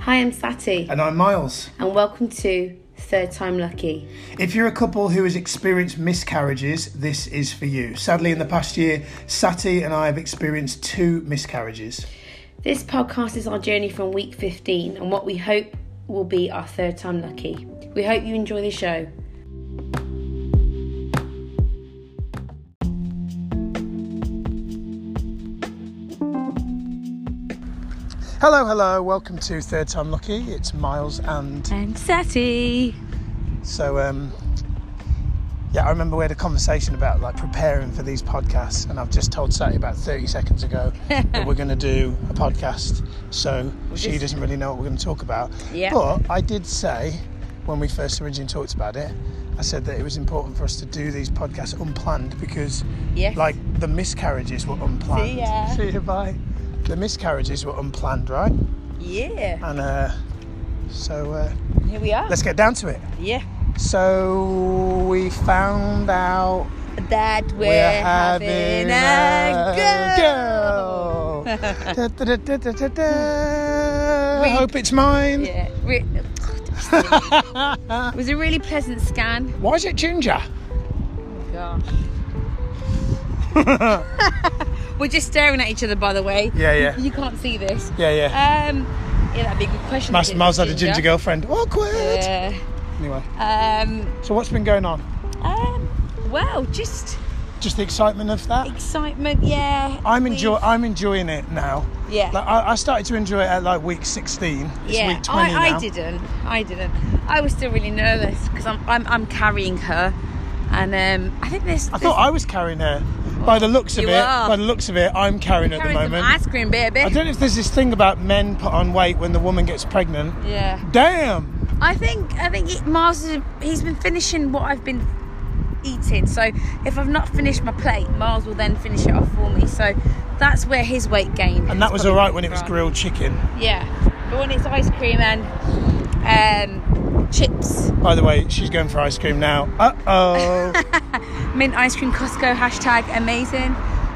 Hi, I'm Sati, And I'm Miles. and welcome to Third Time Lucky. If you're a couple who has experienced miscarriages, this is for you. Sadly, in the past year, Sati and I have experienced two miscarriages. This podcast is our journey from week 15 and what we hope will be our third time lucky. We hope you enjoy the show. Hello, hello, welcome to Third Time Lucky. It's Miles and And Sati! so um yeah, I remember we had a conversation about like preparing for these podcasts, and I've just told Sati about 30 seconds ago that we're going to do a podcast, so she just- doesn't really know what we're going to talk about. Yeah. But I did say when we first originally talked about it, I said that it was important for us to do these podcasts unplanned because, Yes. like, the miscarriages were unplanned. See ya. See you, bye. The miscarriages were unplanned, right? Yeah, And uh, so uh, here we are. let's get down to it. Yeah, So we found out that we're, girl. Da, da, da, da, da, da, da. I hope it's mine. Yeah. Re- it was a really pleasant scan. Why is it ginger? Gosh. We're just staring at each other, by the way. Yeah, yeah. You can't see this. Yeah, yeah. Um, yeah, that'd be a good question. Mas if it Miles was had a ginger girlfriend. Awkward. Yeah. Anyway, Um, so what's been going on? um, well, just Just the excitement of that. excitement. Yeah. I'm We've- enjoy. I'm enjoying it now. Yeah. Like I, I started to enjoy it at like week 16. It's yeah. week 20 I, now. I didn't. I didn't. I was still really nervous because I'm, I'm I'm carrying her, and um, I think this. I thought I was carrying her. By the looks of You it, are. by the looks of it, I'm carrying her at the carrying some moment. ice cream, baby. I don't know if there's this thing about men put on weight when the woman gets pregnant. yeah. Damn! I think I think it, Miles is, he's been finishing what I've been eating. So if I've not finished my plate, Miles will then finish it off for me. So that's where his weight gain. And that was all right when it was grilled chicken. Yeah, but when it's ice cream and um, chips, By the way, she's going for ice cream now. Uh oh. mint ice cream, Costco hashtag amazing.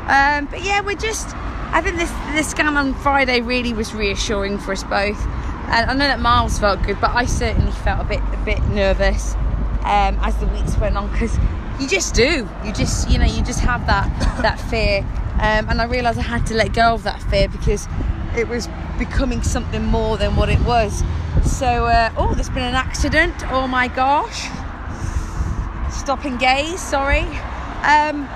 Um, but yeah, we're just. I think this this scan on Friday really was reassuring for us both. And I know that Miles felt good, but I certainly felt a bit a bit nervous um, as the weeks went on because you just do. You just you know you just have that that fear. Um, and I realised I had to let go of that fear because it was becoming something more than what it was. So uh, oh, there's been an accident. Oh my gosh. stop and gaze sorry um,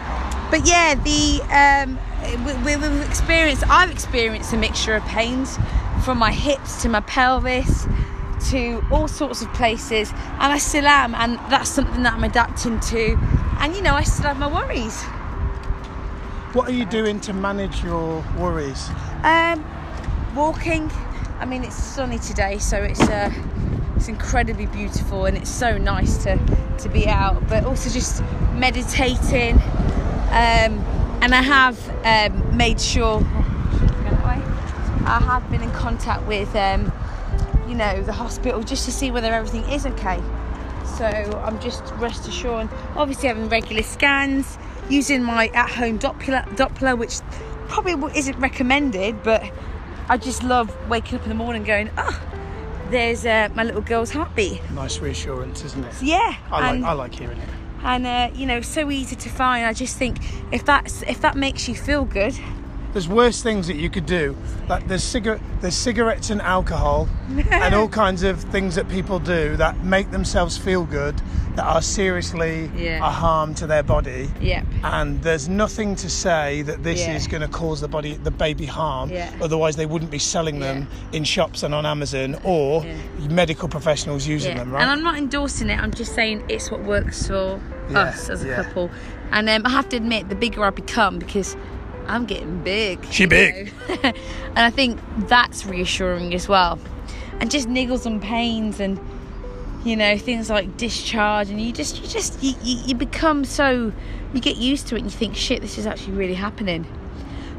but yeah the um, we, we, we've experienced i've experienced a mixture of pains from my hips to my pelvis to all sorts of places and i still am and that's something that i'm adapting to and you know i still have my worries what are you doing to manage your worries? Um, walking. I mean, it's sunny today, so it's uh, it's incredibly beautiful, and it's so nice to to be out. But also just meditating. Um, and I have um, made sure. oh, I have been in contact with, um, you know, the hospital just to see whether everything is okay. So I'm just rest assured. Obviously, having regular scans, using my at-home Doppler, Doppler, which probably w- isn't recommended, but I just love waking up in the morning going, oh, there's uh, my little girl's heartbeat. Nice reassurance, isn't it? Yeah, I and- like, I like hearing it. and uh, you know, so easy to find. I just think if that's if that makes you feel good, There's worse things that you could do. Like there's cigar- there's cigarettes and alcohol and all kinds of things that people do that make themselves feel good that are seriously Yeah. a harm to their body. yep, And there's nothing to say that this Yeah. is going to cause the body, the baby harm. Yeah. Otherwise, they wouldn't be selling them in shops and on Amazon or Yeah. medical professionals using them, right? And I'm not endorsing it. I'm just saying it's what works for Yeah, us as a yeah. couple. And um, I have to admit, the bigger I become, because I'm getting big. She you big. know. and I think that's reassuring as well. And just niggles and pains and you know things like discharge and you just you just you, you, you become so you get used to it and you think shit this is actually really happening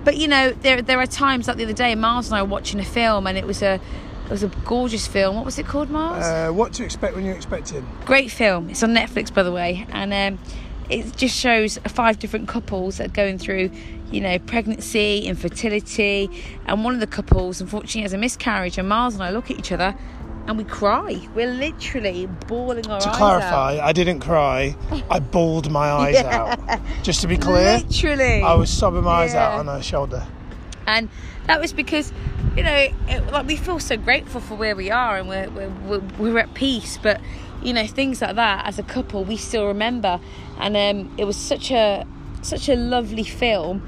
but you know there there are times like the other day miles and i were watching a film and it was a it was a gorgeous film what was it called miles uh, what to expect when you're expecting? great film it's on netflix by the way and um it just shows five different couples that are going through, you know, pregnancy, infertility, and one of the couples unfortunately has a miscarriage. And Miles and I look at each other and we cry. We're literally bawling our To eyes out. clarify, I didn't cry. I bawled my eyes out. Just to be clear, Oh, literally, I was sobbing my eyes Yeah. out on her shoulder. and that was because you know it, like we feel so grateful for where we are and we're, we're, we're, we're at peace but you know things like that as a couple we still remember and um, it was such a such a lovely film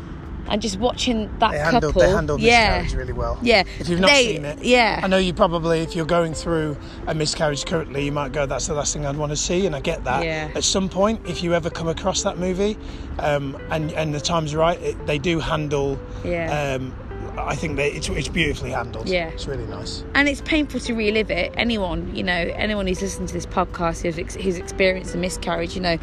and just watching that They couple handled, they handled yeah miscarriage really well. yeah If you've not They- seen it, yeah I know you probably, if you're going through a miscarriage currently, you might go, "That's the last thing I'd want to see," and I get that. Yeah. At some point, if you ever come across that movie, um, and and the time's right, it, they do handle. Yeah. Um, I think they, it's it's beautifully handled. Yeah. It's really nice. and it's painful to relive it. Anyone, you know, anyone who's listened to this podcast who's, ex- who's experienced a miscarriage, you know,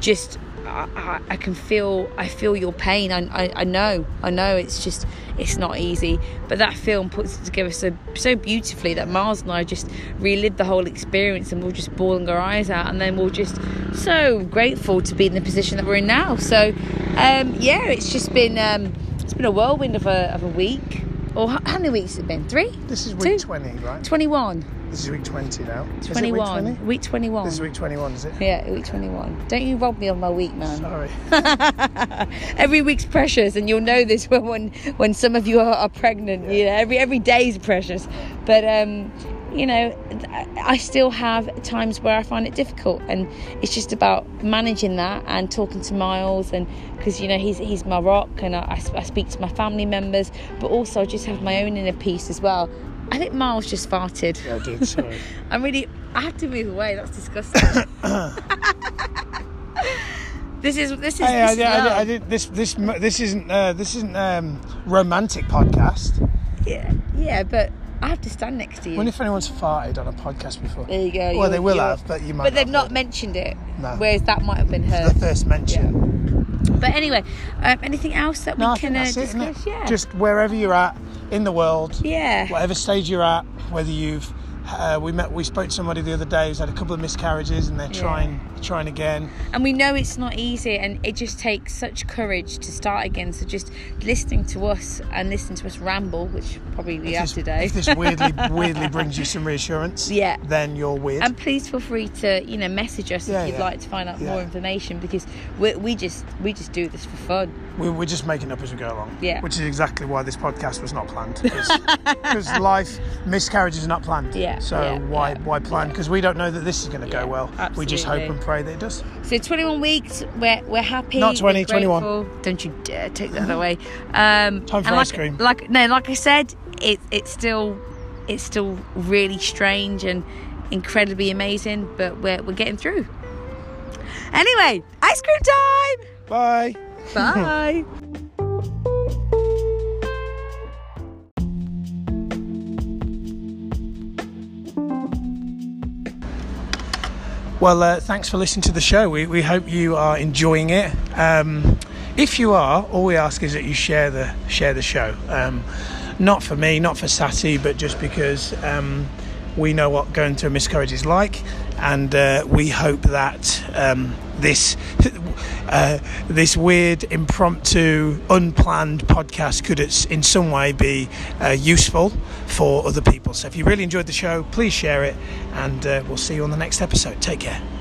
just I, I, I can feel, I feel your pain. I, I, I know, I know. It's just, it's not easy. But that film puts it together so so beautifully that Miles and I just relived the whole experience, and we we're just bawling our eyes out, and then we we're just so grateful to be in the position that we're in now. So, um, yeah, it's just been um, it's been a whirlwind of a of a week. Or how how many weeks has it been? Three? This is week Two. twenty, right? 21. This is week twenty now. Is it week 21. 20? Week 21. This is week twenty-one, is it? yeah, week 21. Don't you rob me of my week, man. Sorry. every week's precious, and you'll know this when when, when some of you are, are pregnant. You know, every every day is precious. But um, you know, th- I still have times where I find it difficult, and it's just about managing that and talking to Miles, and because you know he's he's my rock, and I, I s- I speak to my family members, but also I just have my own inner peace as well. I think Miles just farted. I did. Sorry. I'm really. I have to move away. That's disgusting. this is this is. Hey, I, this is I, I, I love. did this. This this isn't uh, this isn't um, romantic podcast. yeah, yeah, but I have to stand next to you. I wonder if anyone's farted on a podcast before. there you go. Well, you're- they will you're- have, but you might. But they've uh, have not heard. mentioned it. No. Whereas that might have been the heard. first mention. But anyway, um, anything else that No, I we can think uh, that's it, isn't discuss? it? yeah. Just wherever you're at in the world, yeah. whatever stage you're at, whether you've uh, we met, we spoke to somebody the other day who's had a couple of miscarriages and they're Yeah. trying, trying again. and we know it's not easy and it just takes such courage to start again so just listening to us and listening to us ramble which probably we If have this- today If this weirdly, weirdly brings you some reassurance, Yeah. then you're weird. and please feel free to you know message us Yeah, if you'd yeah. like to find out more Yeah. information because we, we just we just do this for fun We, we're just making up as we go along. Yeah. Which is exactly why this podcast was not planned. Because life, miscarriages are not planned. Yeah, So yeah, why yeah, why plan? Because we don't know that this is going to Yeah, go well. We just hope absolutely. and pray that it does. so 21 weeks we're, we're happy Not 20, we're 21. grateful. don't you dare take that away um Time for and like, ice cream. like no like i said it it's still it's still really strange and incredibly amazing but we're, we're getting through anyway ice cream time Bye. Bye. Well, uh, thanks for listening to the show. We, we hope you are enjoying it. Um, if you are, all we ask is that you share the share the show. Um, not for me, not for Sati, but just because um, we know what going through a miscarriage is like, and uh, we hope that um, this uh, this weird, impromptu, unplanned podcast could, it's- in some way, be uh, useful for other people. So, if you really enjoyed the show, please share it, and uh, we'll see you on the next episode. Take care.